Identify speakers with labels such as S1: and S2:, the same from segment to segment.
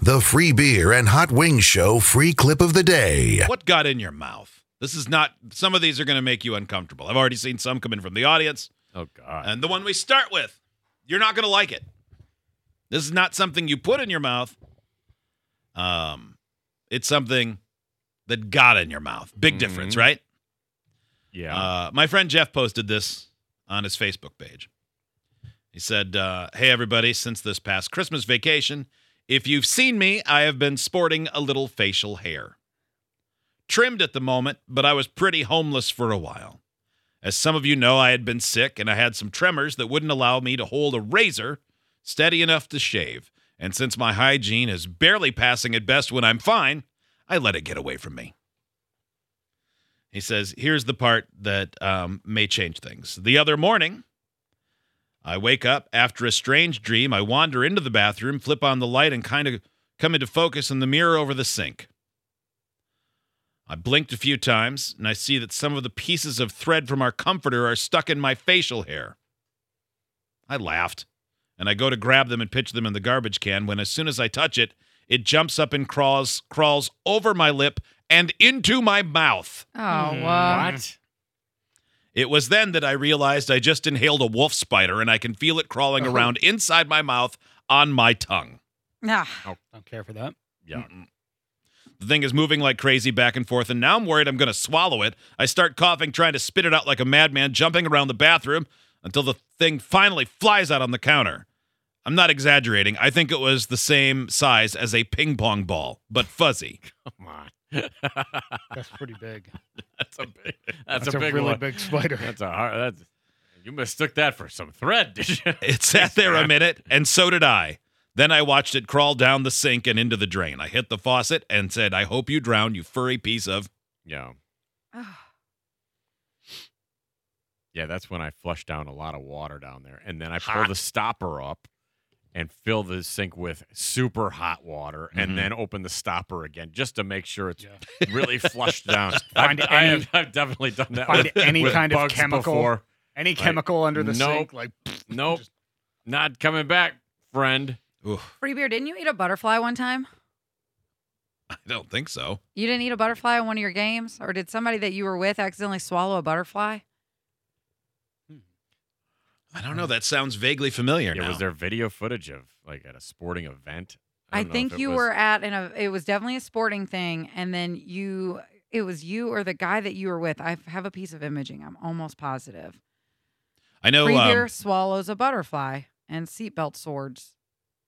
S1: The Free Beer and Hot Wings Show free clip of the day.
S2: What got in your mouth? This is not. Some of these are going to make you uncomfortable. I've already seen some come in from the audience,
S3: Oh God.
S2: and the one we start with, you're not going to like it. This is not something you put in your mouth. Um, it's something that got in your mouth. Big difference,
S3: Mhm.
S2: right?
S3: Yeah.
S2: Uh, my friend Jeff posted this on his Facebook page. He said, uh, Hey, everybody, since this past Christmas vacation, if you've seen me, I have been sporting a little facial hair. Trimmed at the moment, but I was pretty homeless for a while. As some of you know, I had been sick and I had some tremors that wouldn't allow me to hold a razor steady enough to shave. And since my hygiene is barely passing at best when I'm fine, I let it get away from me. He says, Here's the part that um, may change things. The other morning, I wake up after a strange dream. I wander into the bathroom, flip on the light, and kind of come into focus in the mirror over the sink. I blinked a few times, and I see that some of the pieces of thread from our comforter are stuck in my facial hair. I laughed, and I go to grab them and pitch them in the garbage can when, as soon as I touch it, it jumps up and crawls, crawls over my lip and into my mouth.
S4: Oh, wow.
S3: Mm-hmm. what?
S2: It was then that I realized I just inhaled a wolf spider and I can feel it crawling
S5: Oh.
S2: around inside my mouth on my tongue.
S4: Nah.
S5: Don't care for that.
S3: Yeah.
S2: The thing is moving like crazy back and forth, and now I'm worried I'm going to swallow it. I start coughing, trying to spit it out like a madman, jumping around the bathroom until the thing finally flies out on the counter. I'm not exaggerating. I think it was the same size as a ping pong ball, but fuzzy.
S3: Come on. that's
S5: That's pretty big.
S3: a big. That's,
S5: That's
S3: a
S5: a
S3: big
S5: really
S3: one.
S5: big spider.
S3: That's a hard. That's. You mistook that for some thread, did you?
S2: It sat there a minute, and so did I. Then I watched it crawl down the sink and into the drain. I hit the faucet and said, I hope you drown, you furry piece of.
S3: Yeah.
S4: oh.
S3: Yeah, that's when I flush down a lot of water down there, and then I pull the stopper up and fill the sink with super hot water,
S2: Mhm.
S3: and then open the stopper again just to make sure it's
S5: Yeah.
S3: really flushed down.
S5: Find
S3: I've, I
S5: any-
S3: have- I've definitely done that.
S5: find
S3: with,
S5: any
S3: with
S5: kind of
S3: bugs
S5: chemical.
S3: Before.
S5: Any
S3: Like,
S5: chemical under the
S3: nope.
S5: sink, like
S3: Nope,
S5: Just-
S3: not coming back, friend.
S2: Oof,
S4: Free beer, didn't you eat a butterfly one time?
S2: I don't think so.
S4: You didn't eat a butterfly in one of your games? Or did somebody that you were with accidentally swallow a butterfly?
S2: I don't know. That sounds vaguely familiar.
S3: Yeah,
S2: now.
S3: was there video footage of like at a sporting event?
S4: I,
S3: don't know if
S4: think
S3: it
S4: you
S3: was-
S4: were at an a, it was definitely a sporting thing and then you it was you or the guy that you were with. I have a piece of imaging. I'm almost positive.
S2: I know.
S4: Free
S2: um,
S4: beer swallows a butterfly and seatbelt swords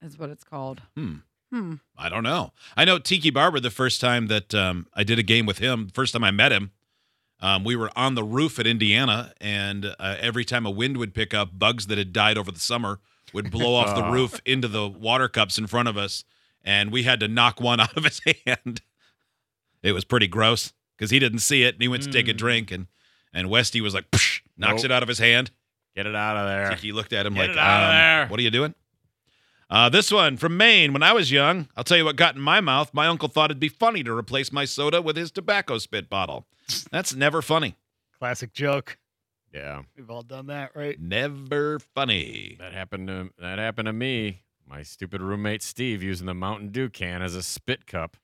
S4: is what it's called.
S2: Hmm.
S4: Hmm.
S2: I don't know. I know Tiki Barber. The first time that um, I did a game with him, first time I met him, um, we were on the roof at Indiana, and uh, every time a wind would pick up, bugs that had died over the summer would blow off the
S3: Ah.
S2: roof into the water cups in front of us, and we had to knock one out of his hand. It was pretty gross because he didn't see it, and he went to take a
S5: Mm.
S2: drink, and and Westy was like, Psh, knocks
S3: Hmm. Nope.
S2: it out of his hand.
S3: Get it out of there.
S2: Tiki looked at him
S3: Get
S2: like,
S3: it out of
S2: um,
S3: there.
S2: "What are you doing?" Uh, this one from Maine. When I was young, I'll tell you what got in my mouth. My uncle thought it'd be funny to replace my soda with his tobacco spit bottle. That's never funny.
S5: classic joke.
S3: Yeah.
S5: We've all done that, right?
S2: Never funny.
S3: That happened to that happened to me. My stupid roommate Steve using the Mountain Dew can as a spit cup.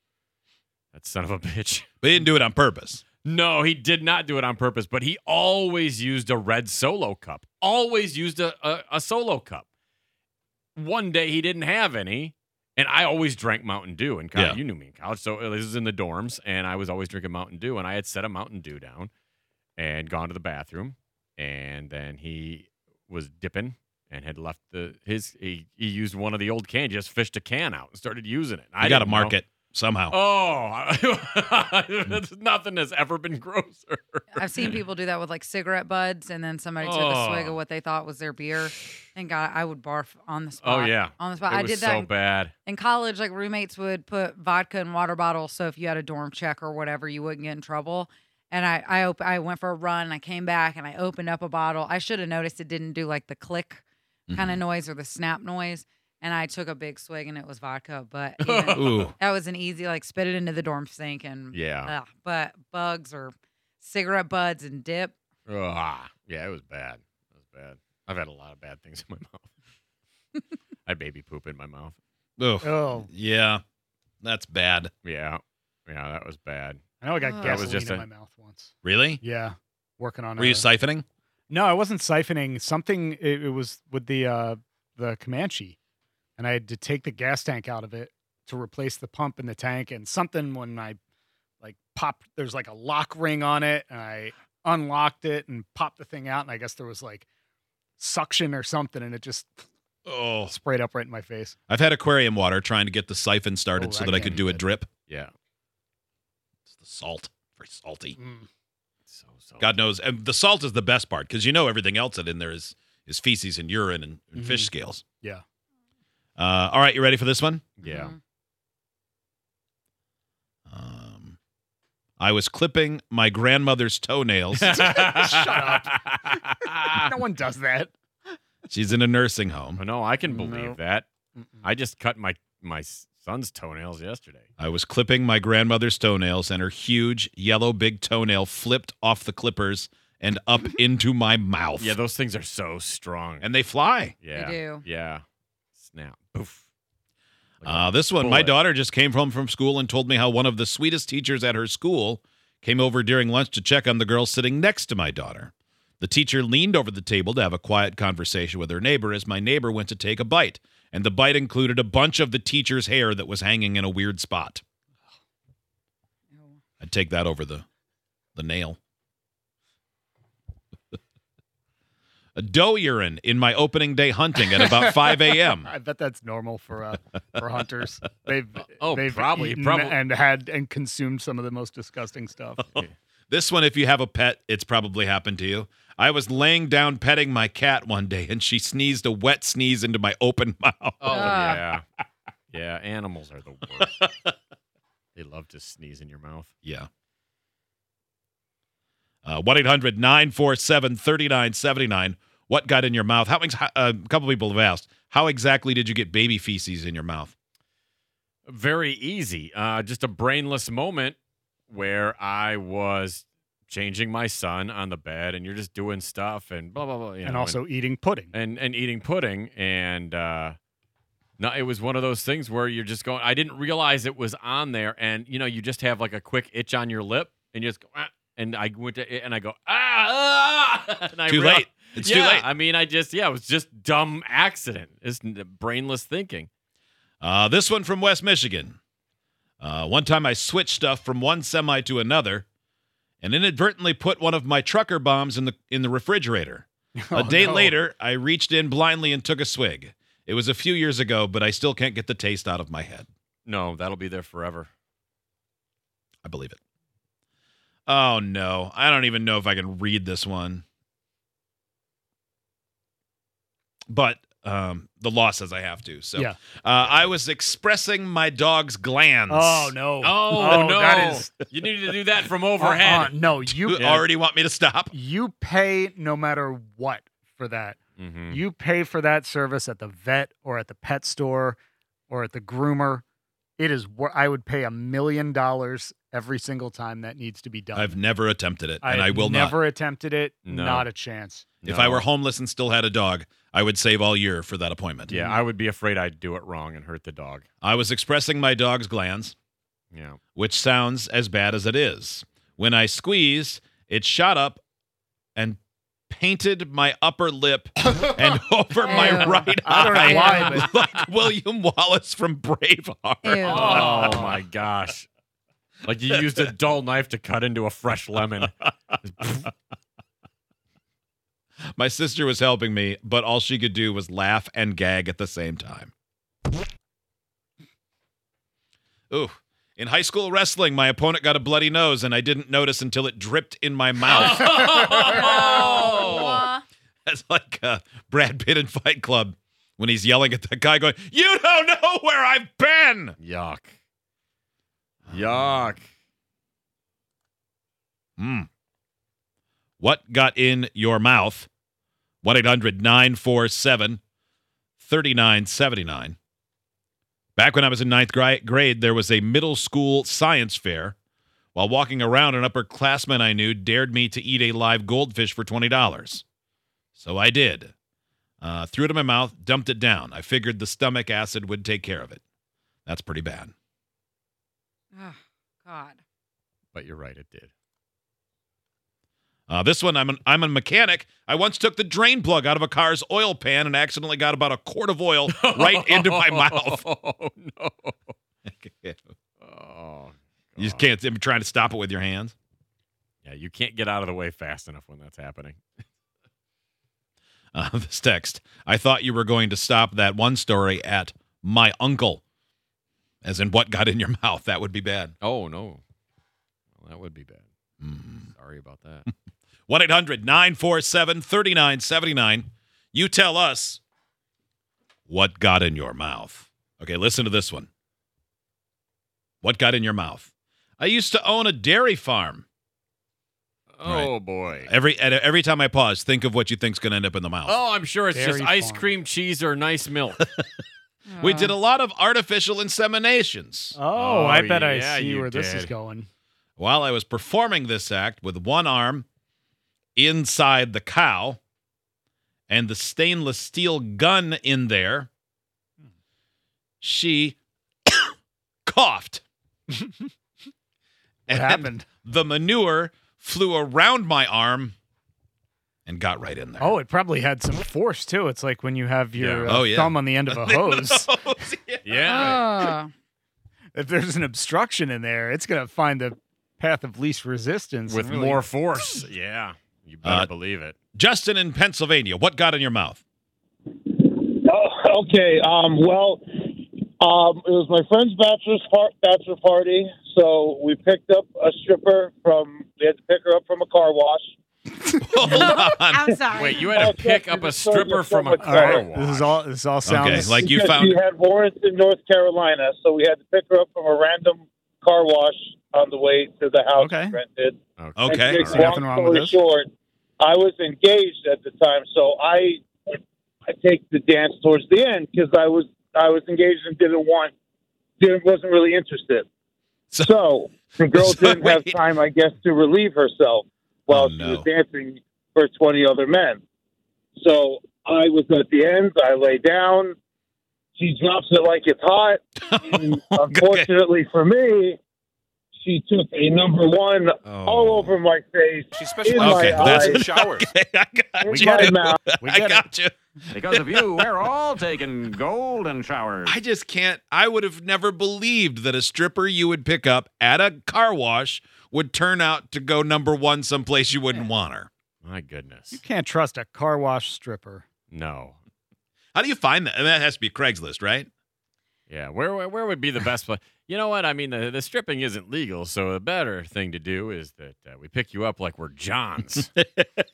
S3: That son of a bitch.
S2: But he didn't do it on purpose.
S3: No, he did not do it on purpose, but he always used a red solo cup. Always used a, a, a solo cup. One day he didn't have any, and I always drank Mountain Dew in college.
S2: Yeah.
S3: You knew me in college, so uh, this was in the dorms, and I was always drinking Mountain Dew, and I had set a Mountain Dew down and gone to the bathroom, and then he was dipping and had left the his he, he used one of the old cans, just fished a can out and started using it.
S2: I got to
S3: didn't know.
S2: mark it. somehow.
S3: Oh, nothing has ever been grosser.
S4: I've seen people do that with like cigarette buds, and then somebody took a swig
S3: Oh.
S4: of what they thought was their beer, and God, I would barf on the spot.
S3: Oh yeah,
S4: on the spot.
S3: it
S4: I
S3: was
S4: did that
S3: so
S4: in,
S3: bad.
S4: in college. Like roommates would put vodka in water bottles, so if you had a dorm check or whatever, you wouldn't get in trouble. And I I, op- I went for a run, and I came back, and I opened up a bottle. I should have noticed it didn't do like the click
S3: Oh, Mm-hmm.
S4: kind of noise or the snap noise. And I took a big swig, and it was vodka. But you know,
S2: Ooh.
S4: that was an easy like spit it into the dorm sink and
S3: Yeah.
S4: Ugh, but bugs or cigarette buds and dip.
S3: Ah, yeah, it was bad. It was bad. I've had a lot of bad things in my mouth. I baby poop in my mouth.
S2: Mm-hmm. Oof.
S5: Oh,
S2: Yeah, that's bad.
S3: Yeah, yeah, that was bad.
S5: I know I got
S4: Oh. That
S5: gasoline
S3: was just
S5: in
S3: a-
S5: my mouth once.
S2: Really?
S5: Yeah, working on.
S2: Were you
S5: a-
S2: siphoning?
S5: No, I wasn't siphoning something. It, it was with the uh, the Comanche, and I had to take the gas tank out of it to replace the pump in the tank, and something when I like popped. There's like a lock ring on it, and I unlocked it and popped the thing out, and I guess there was like suction or something, and it just
S2: Oh,
S5: sprayed up right in my face.
S2: I've had aquarium water trying to get the siphon started
S5: Oh,
S2: so
S5: I
S2: that I
S5: can't
S2: could
S5: do
S2: do a
S5: that.
S2: drip.
S3: Yeah,
S2: It's the salt, very salty.
S5: Mm.
S3: so so.
S2: God knows, and the salt is the best part because you know everything else that in there is is feces and urine and, and fish
S5: Mhm.
S2: scales.
S5: Yeah.
S2: Uh, all right, you ready for this one?
S3: Yeah.
S4: Mhm.
S2: Um, I was clipping my grandmother's toenails.
S4: Mm-hmm.
S3: up.
S5: no one does that.
S2: She's in a nursing home.
S3: no, I can believe
S5: No.
S3: that. I just cut my my son's toenails yesterday.
S2: I was clipping my grandmother's toenails, and her huge yellow big toenail flipped off the clippers and up into my mouth.
S3: Yeah, those things are so strong.
S2: and they fly.
S3: yeah,
S4: They do.
S3: yeah, snap, boof. Like
S2: Uh, this one, my
S3: bullet.
S2: daughter just came home from school and told me how one of the sweetest teachers at her school came over during lunch to check on the girl sitting next to my daughter. The teacher leaned over the table to have a quiet conversation with her neighbor as my neighbor went to take a bite, and the bite included a bunch of the teacher's hair that was hanging in a weird spot.
S4: Ew.
S2: I'd take that over the the nail. a doe urine in my opening day hunting at about 5 a.m.
S5: I bet that's normal for uh, for hunters. They've
S3: Oh,
S5: they've
S3: probably,
S5: eaten
S3: probably. Oh,
S5: and had and consumed some of the most disgusting stuff.
S2: This one, if you have a pet, it's probably happened to you. I was laying down petting my cat one day and she sneezed a wet sneeze into my open mouth.
S3: Oh
S4: Ah.
S3: yeah, yeah. Animals are the worst. they love to sneeze in your mouth.
S2: Yeah. Uh, 1 800 947 3979. What got in your mouth? How ex- how- uh, A couple people have asked, how exactly did you get baby feces in your mouth?
S3: Very easy. Uh, just a brainless moment where I was changing my son on the bed, and you're just doing stuff and blah blah blah. You
S5: and
S3: know,
S5: also eating pudding.
S3: and and eating pudding and uh no it was one of those things where you're just going i didn't realize it was on there and you know you just have like a quick itch on your lip and you just go "Ah," and i went to it and i go ah, ah," and I
S2: Too
S3: real-
S2: late. It's too
S3: Yeah,
S2: late.
S3: i mean i just yeah it was just dumb accident it's n- brainless thinking
S2: Uh, this one from West Michigan. Uh, one time I switched stuff from one semi to another and inadvertently put one of my trucker bombs in the in the refrigerator.
S5: Oh,
S2: a day
S5: no.
S2: later, I reached in blindly and took a swig. It was a few years ago, but I still can't get the taste out of my head.
S3: no that'll be there forever
S2: I believe it. Oh no, I don't even know if I can read this one. But um, the law says I have to. So
S5: Yeah.
S2: uh, I was expressing my dog's glands.
S5: Oh no!
S3: oh,
S5: Oh,
S3: no
S5: that is-
S3: you need to do that from
S5: Uh, uh,
S2: Uh-uh.
S3: overhead
S5: no,
S2: You
S5: you
S2: already want me to stop?
S5: you pay no matter what for that.
S3: mm-hmm.
S5: You pay for that service at the vet or at the pet store or at the groomer. It is wor- I would pay a million dollars every single time that needs to be done.
S2: I've never attempted it, and
S5: I've
S2: I will not.
S5: never attempted it.
S3: No.
S5: Not a chance.
S2: If I were homeless and still had a dog, I would save all year for that appointment.
S3: yeah i would be afraid i'd do it wrong and hurt the dog
S2: I was expressing my dog's glands,
S3: yeah
S2: which sounds as bad as it is. When I squeezed, it shot up and painted my upper lip and over my
S4: Ew.
S2: right
S5: I don't know
S2: eye
S5: why, but-
S2: like William Wallace from Braveheart.
S4: mm-hmm. Ew.
S3: Oh my gosh. Like you used a dull knife to cut into a fresh lemon.
S2: My sister was helping me, but all she could do was laugh and gag at the same time. Ooh. In high school wrestling, my opponent got a bloody nose, and I didn't notice until it dripped in my mouth.
S3: Oh.
S2: That's like uh, Brad Pitt in Fight Club when he's yelling at that guy, going, "You don't know where I've been."
S3: Yuck. Yuck.
S2: Hmm. What got in your mouth? 1 800 947 3979. Back when I was in ninth gri- grade, there was a middle school science fair. While walking around, an upperclassman I knew dared me to eat a live goldfish for $20. So I did. Uh, threw it in my mouth, dumped it down. I figured the stomach acid would take care of it. That's pretty bad.
S4: Oh, God.
S3: But you're right, it did.
S2: Uh, this one, I'm an, I'm a mechanic. I once took the drain plug out of a car's oil pan and accidentally got about a quart of oil right into my mouth.
S3: Oh no.
S2: you
S3: Oh.
S2: just
S3: God.
S2: can't I'm trying to stop it with your hands.
S3: Yeah, you can't get out of the way fast enough when that's happening.
S2: Uh, this text. I thought you were going to stop that one story at my uncle, as in what got in your mouth. That would be bad.
S3: Oh no. Well, that would be bad.
S2: Mm.
S3: Sorry about that.
S2: 1 800 947 3979. You tell us what got in your mouth. Okay, listen to this one. What got in your mouth? I used to own a dairy farm.
S3: oh boy.
S2: Every at- every time I pause, think of what you think's going to end up in the mouth.
S3: Oh, I'm sure it's
S5: Dairy
S3: just ice
S5: farm.
S3: cream, cheese, or nice milk.
S2: We did a lot of artificial inseminations.
S5: Oh,
S3: Oh,
S5: I bet
S3: yeah,
S5: I see
S3: you
S5: where this is
S3: did.
S5: going.
S2: While I was performing this act with one arm inside the cow and the stainless steel gun in there, she coughed.
S5: What happened?
S2: The manure flew around my arm and got right in there.
S5: Oh, it probably had some force too. It's like when you have your
S2: Yeah.
S5: uh,
S2: Oh, yeah.
S5: thumb on the end of a hose.
S2: yeah.
S3: yeah.
S4: Oh.
S5: if there's an obstruction in there, it's gonna find the path of least resistance and
S3: With
S5: really-
S3: more force. Yeah. You better
S2: Uh,
S3: believe it.
S2: Justin in Pennsylvania, what got in your mouth?
S6: Oh, okay. Um, well, um, it was my friend's bachelor's par- bachelor party, so we picked up a stripper from. We had to pick her up from a car wash.
S2: Hold on.
S4: I'm sorry.
S3: Wait, you had to
S6: Okay,
S3: pick
S6: you're
S3: up a
S6: just starting
S3: stripper
S6: to
S3: from a
S6: sound
S5: All
S6: like
S3: car
S5: right,
S3: wash.
S5: this is all. This all sounds
S2: Okay, like you
S6: Because
S2: found
S6: She had warrants in North Carolina, so we had to pick her up from a random car wash on the way to the house
S5: Okay.
S6: we rented.
S2: Okay.
S6: And to make
S2: all
S5: right. Nothing wrong
S6: long
S5: with
S6: story
S5: this.
S6: short, I was engaged at the time, so I I take the dance towards the end because I was I was engaged and didn't want didn't wasn't really interested.
S2: So-
S6: So, the girl
S2: so
S6: didn't have
S2: wait.
S6: time, I guess, to relieve herself while
S2: Oh,
S6: she
S2: no.
S6: was dancing for twenty other men. So I was at the end. I lay down. She drops it like it's hot. And unfortunately for me, she took a number one all over my face.
S7: She
S6: In
S7: specializes
S2: Oh. Okay,
S6: my
S2: that's-
S6: eyes,
S7: showers.
S2: Okay, I got
S6: in
S2: you.
S6: my mouth.
S5: We
S2: I
S5: get it.
S2: got you.
S8: Because of you, we're all taking golden showers.
S2: I just can't. I would have never believed that a stripper you would pick up at a car wash would turn out to go number one someplace you wouldn't want her.
S3: My goodness.
S5: You can't trust a car wash stripper.
S3: No.
S2: How do you find that? And that has to be Craigslist, right?
S3: Yeah, where where- where would be the best place? You know what? I mean, the, the stripping isn't legal, so the better thing to do is that uh, we pick you up like we're Johns. pick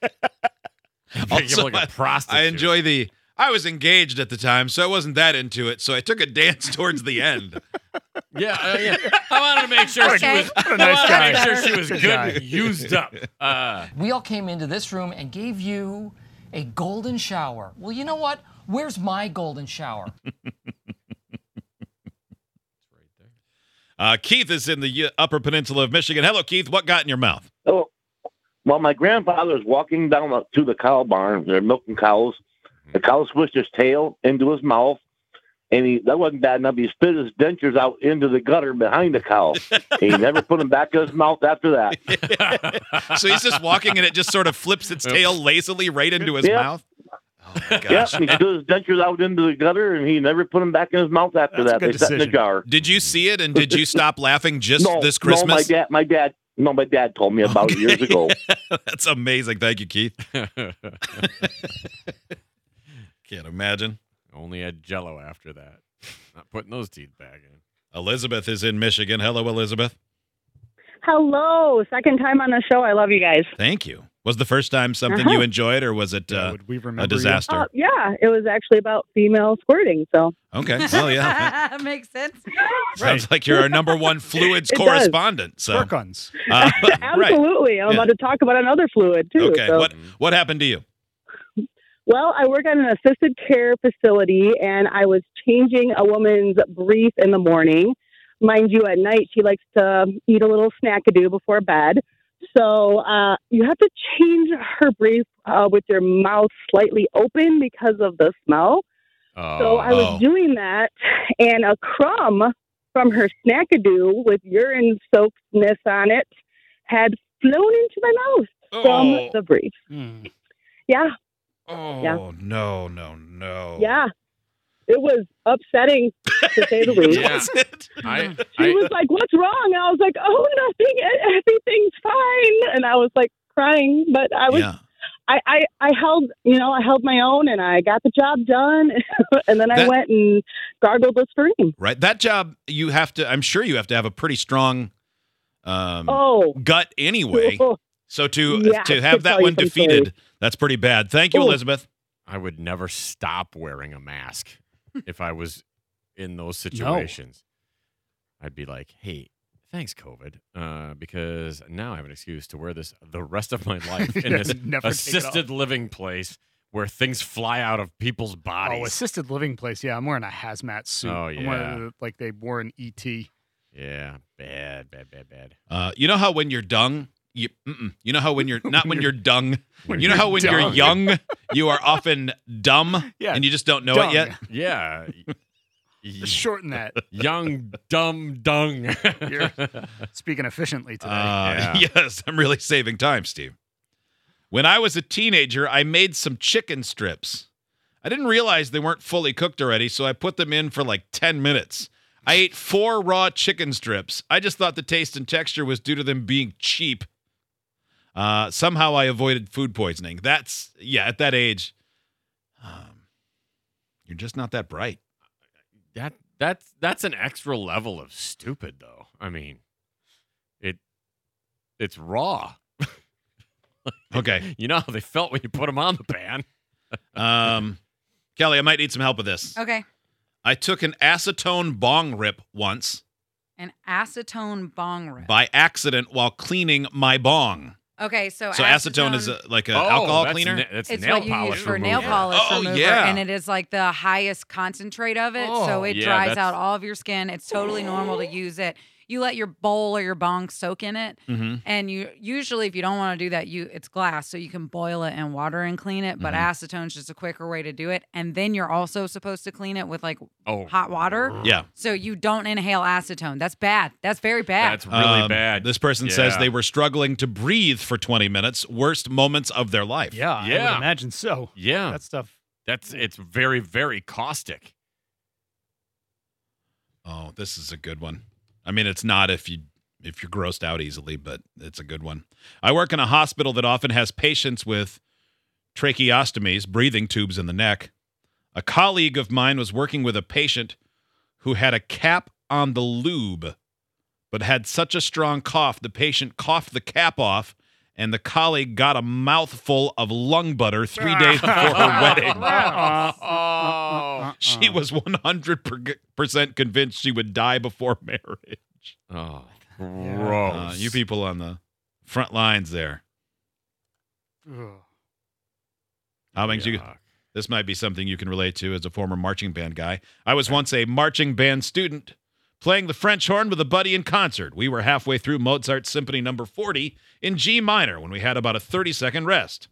S3: you
S2: Also,
S3: up like
S2: I-
S3: a prostitute.
S2: I enjoy the. I was engaged at the time, so I wasn't that into it. So I took a dance towards the end.
S3: Yeah, uh, yeah. I wanted to make sure she
S4: Okay.
S3: was.
S5: What a
S3: I
S5: nice
S3: wanted to
S5: guy.
S3: make sure she was
S5: Good
S3: good,
S5: guy.
S3: and used up. Uh,
S9: We all came into this room and gave you a golden shower. Well, you know what? Where's my golden shower?
S2: Uh, Keith is in the uh, Upper Peninsula of Michigan. Hello, Keith. What got in your mouth?
S10: So, while my grandfather's walking down the- to the cow barn, they're milking cows. The cow swished his tail into his mouth, and he that wasn't bad enough. He spit his dentures out into the gutter behind the cow. he never put them back in his mouth after that.
S2: So he's just walking, and it just sort of flips its tail lazily right into his
S10: Yeah.
S2: mouth. Oh my gosh.
S10: Yep, he spit his dentures out into the gutter, and he never put them back in his mouth after
S5: That's a
S10: that. They
S5: good
S10: sat in
S5: decision.
S10: a jar.
S2: Did you see it and did you stop laughing just
S10: no,
S2: this
S10: no, my
S2: Christmas?
S10: dad, my dad, no, my dad told me about it years ago.
S2: That's amazing. Thank you, Keith.
S3: Uh,
S2: Can't imagine.
S3: only had Jello after that. Not putting those teeth back in.
S2: Elizabeth is in Michigan. Hello, Elizabeth.
S7: Hello, second time on the show. I love you guys.
S2: Thank you. Was the first time something
S7: Uh-huh.
S2: you enjoyed, or was it
S5: Yeah,
S2: uh,
S5: would we remember
S2: a
S5: you? Ah,
S2: disaster?
S7: Uh, yeah, it was actually about female squirting. So
S2: Okay.
S3: Oh,
S2: Well, yeah.
S4: Makes sense.
S2: Sounds like you're our number one fluids
S7: It does.
S2: correspondent. So,
S5: Squirt guns.
S2: uh, right.
S7: absolutely, I'm
S2: Yeah.
S7: about to talk about another fluid too.
S2: Okay.
S7: so-
S3: Mm-hmm.
S2: What what happened to you?
S7: Well, I work at an assisted care facility, and I was changing a woman's brief in the morning. Mind you, at night she likes to eat a little snackadoo before bed. So uh, you have to change her brief uh, with your mouth slightly open because of the smell. So I was
S2: oh.
S7: doing that, and a crumb from her snackadoo with urine soakedness on it had flown into my mouth from
S2: Oh,
S7: the brief.
S5: Hmm.
S7: Yeah,
S2: oh
S7: yeah.
S2: no, no, no.
S7: yeah. It was upsetting to say the least.
S3: Yeah.
S2: Was it?
S3: I,
S7: She
S3: I,
S7: was like, "What's wrong?" And I was like, "Oh, nothing. E- Everything's fine." And I was like crying, but I was
S2: yeah.
S7: I, I I held you know I held my own and I got the job done, and then I
S2: That-
S7: went and gargled a stream.
S2: Right. That job you have to I'm sure you have to have a pretty strong um
S7: Oh,
S2: gut anyway.
S7: cool.
S2: So to
S7: Yeah, I
S2: to
S7: could
S2: have
S7: tell
S2: that
S7: you
S2: one
S7: some Oh.
S2: defeated, that's pretty bad. Thank you,
S7: Ooh.
S2: Elizabeth.
S3: I would never stop wearing a mask if I was in those situations. I'd be like, hey, thanks, COVID, uh, because now I have an excuse to wear this the rest of my life in this
S5: Never take it off.
S3: assisted living place where things fly out of people's
S5: Oh,
S3: bodies.
S5: assisted living place. Yeah, I'm wearing a hazmat suit.
S3: Oh,
S5: I'm wearing
S3: yeah.
S5: the- like they wore an E ET.
S3: yeah, bad, bad, bad, bad.
S2: Uh you know how when you're dung you, mm-mm. you know how when you're not when you're dung.
S3: When
S2: you know how
S5: you're
S2: when you're
S5: dung.
S2: young, you are often dumb
S5: Yeah,
S2: and you just don't know it
S5: Dung.
S2: yet.
S3: Yeah. y-
S5: Shorten that.
S3: Young, dumb, dung.
S5: You're speaking efficiently today.
S2: Uh,
S3: Yeah.
S2: Yes, I'm really saving time, Steve. When I was a teenager, I made some chicken strips. I didn't realize they weren't fully cooked already, so I put them in for like 10 minutes. I ate four raw chicken strips. I just thought the taste and texture was due to them being cheap. Uh, somehow I avoided food poisoning. That's, yeah, at that age, um, you're just not that bright.
S3: that that's that's an extra level of stupid though i mean it it's raw
S2: Okay.
S3: you know how they felt when you put them on the pan
S2: Um, Kelly, I might need some help with this.
S4: Okay.
S2: I took an acetone bong rip once.
S4: An acetone bong rip.
S2: by accident while cleaning my bong.
S4: Okay, so
S2: so acetone, is a, like an
S3: Oh,
S2: alcohol
S3: that's
S2: cleaner.
S3: na- that's
S4: it's
S3: nail
S4: what you
S3: polish
S4: use for nail
S3: remover.
S4: polish
S2: Oh,
S4: remover,
S2: yeah.
S4: and it is like the highest concentrate of it, so
S3: Oh,
S4: it
S3: yeah,
S4: dries
S3: that's-
S4: out all of your skin. It's totally normal to use it. You let your bowl or your bong soak in it,
S3: Mm-hmm.
S2: hmm
S4: and you usually, if you don't want to do that, you it's glass, so you can boil it in water and clean it. But
S3: Mm-hmm.
S2: Mhm.
S4: acetone's just a quicker way to do it, and then you're also supposed to clean it with like
S3: oh
S4: hot water,
S2: Yeah.
S4: so you don't inhale acetone. That's bad. That's very bad.
S3: that's really
S2: Um,
S3: bad
S2: This person says
S3: Yeah.
S2: they were struggling to breathe for 20 minutes, worst moments of their life.
S5: yeah, I
S3: Yeah.
S5: would imagine so.
S3: yeah
S5: That stuff.
S3: that's it's very very caustic
S2: Oh, this is a good one. I mean, it's not if you if you're grossed out easily, but it's a good one. I work in a hospital that often has patients with tracheostomies, breathing tubes in the neck. A colleague of mine was working with a patient who had a cap on the lube, but had such a strong cough, the patient coughed the cap off, and the colleague got a mouthful of lung butter three days before her wedding.
S5: Uh-uh.
S2: Oh, She was 100% convinced she would die before marriage.
S3: oh gross
S2: Uh, you people on the front lines there.
S5: Ugh.
S2: How things you
S3: Yuck.
S2: this might be something you can relate to as a former marching band guy. I was once a marching band student playing the French horn with a buddy in concert. We were halfway through Mozart's Symphony number 40 in G minor when we had about a 30 second rest.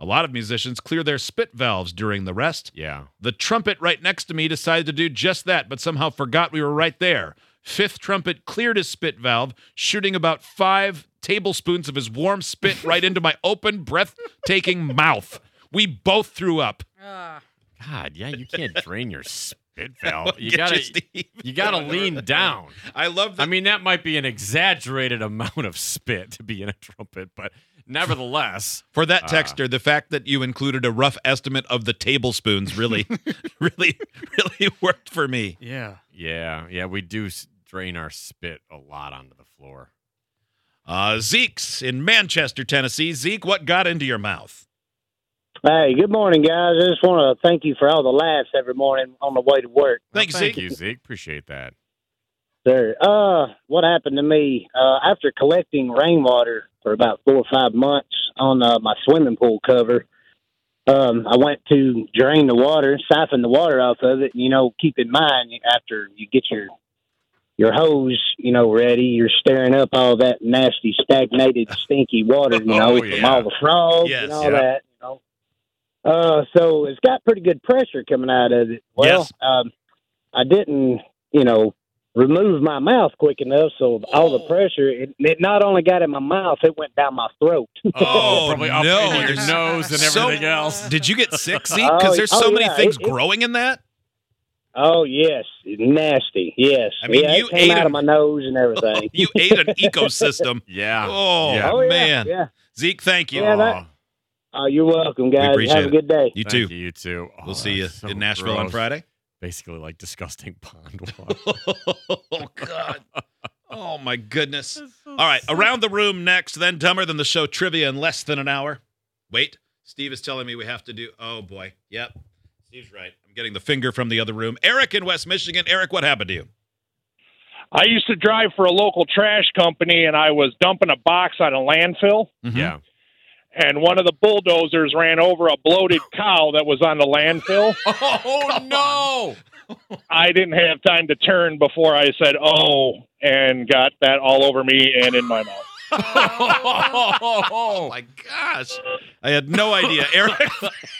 S2: A lot of musicians clear their spit valves during the rest.
S3: yeah
S2: The trumpet right next to me decided to do just that, but somehow forgot we were right there. Fifth trumpet cleared his spit valve, shooting about five tablespoons of his warm spit right into my open, breathtaking mouth. We both threw up.
S4: Ugh.
S3: god yeah you can't drain your spit valve you
S2: Get
S3: gotta
S2: Steve.
S3: you gotta lean down
S2: I love that.
S3: I mean, that might be an exaggerated amount of spit to be in a trumpet, but nevertheless,
S2: For that
S3: Ah.
S2: texter, the fact that you included a rough estimate of the tablespoons really, really, really worked for me.
S5: Yeah.
S3: yeah, yeah, we do s- drain our spit a lot onto the floor.
S2: Uh, Zeke's in Manchester, Tennessee. Zeke, what got into your mouth?
S7: Hey, good morning, guys. I just want to thank you for all the laughs every morning on the way to work.
S3: Thank you, Zeke. Thank you, Zeke. Appreciate that.
S7: Sir, uh, what happened to me uh, after collecting rainwater for about four or five months on uh, my swimming pool cover? Um, I went to drain the water, siphon the water off of it. You know, keep in mind after you get your your hose, you know, ready, you're stirring up all that nasty, stagnated, stinky water. You know,
S2: Oh,
S7: it's from
S2: yeah.
S7: all the frogs
S2: Yes,
S7: and all
S2: yeah.
S7: Oh, that. You know, uh, so it's got pretty good pressure coming out of it. Well,
S2: Yes.
S7: um, I didn't, you know, remove my mouth quick enough, so all
S2: Oh.
S7: the pressure it, it not only got in my mouth, it went down my throat.
S2: Oh,
S3: Probably up
S2: no.
S3: in your
S2: there's-
S3: nose and
S2: so-
S3: everything else.
S2: Did you get sick, Zeke? Because
S7: Oh,
S2: there's so
S7: oh,
S2: many
S7: yeah,
S2: things
S7: it- it-
S2: growing in that.
S7: oh yes, nasty. Yes,
S2: I mean,
S7: yeah,
S2: you
S7: it
S2: ate
S7: came out
S2: a-
S7: of my nose and everything.
S2: You ate an ecosystem.
S3: Yeah.
S2: Oh,
S3: Yeah.
S7: oh yeah,
S2: man.
S7: yeah.
S2: Zeke, thank you.
S7: Yeah, that-
S3: Aw,
S6: uh,
S7: Oh, you're welcome, guys.
S2: appreciate
S7: Have a
S2: it.
S7: good day.
S2: you too.
S3: thank You too. Oh,
S2: We'll see you
S3: that's so
S2: in Nashville on
S3: gross.
S2: Friday.
S3: Basically, like disgusting pond water.
S2: oh God. Oh my goodness. All right, around the room next, then dumber than the show trivia in less than an hour. Wait, Steve is telling me we have to do. Oh boy, yep, Steve's right. I'm getting the finger from the other room. Eric in West Michigan. Eric, what happened to you?
S11: I used to drive for a local trash company, and I was dumping a box on a landfill,
S2: Mm-hmm.
S3: Yeah.
S11: and one of the bulldozers ran over a bloated cow that was on the landfill.
S3: Oh no!
S11: I didn't have time to turn before I said "oh" and got that all over me and in my mouth.
S3: oh,
S2: Oh my gosh, I had no idea. Eric,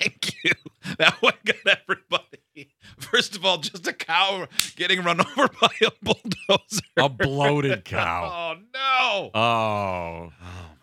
S2: thank you. That one got everybody. First of all, just a cow getting run over by a bulldozer.
S3: A bloated cow.
S2: Oh no.
S3: Oh,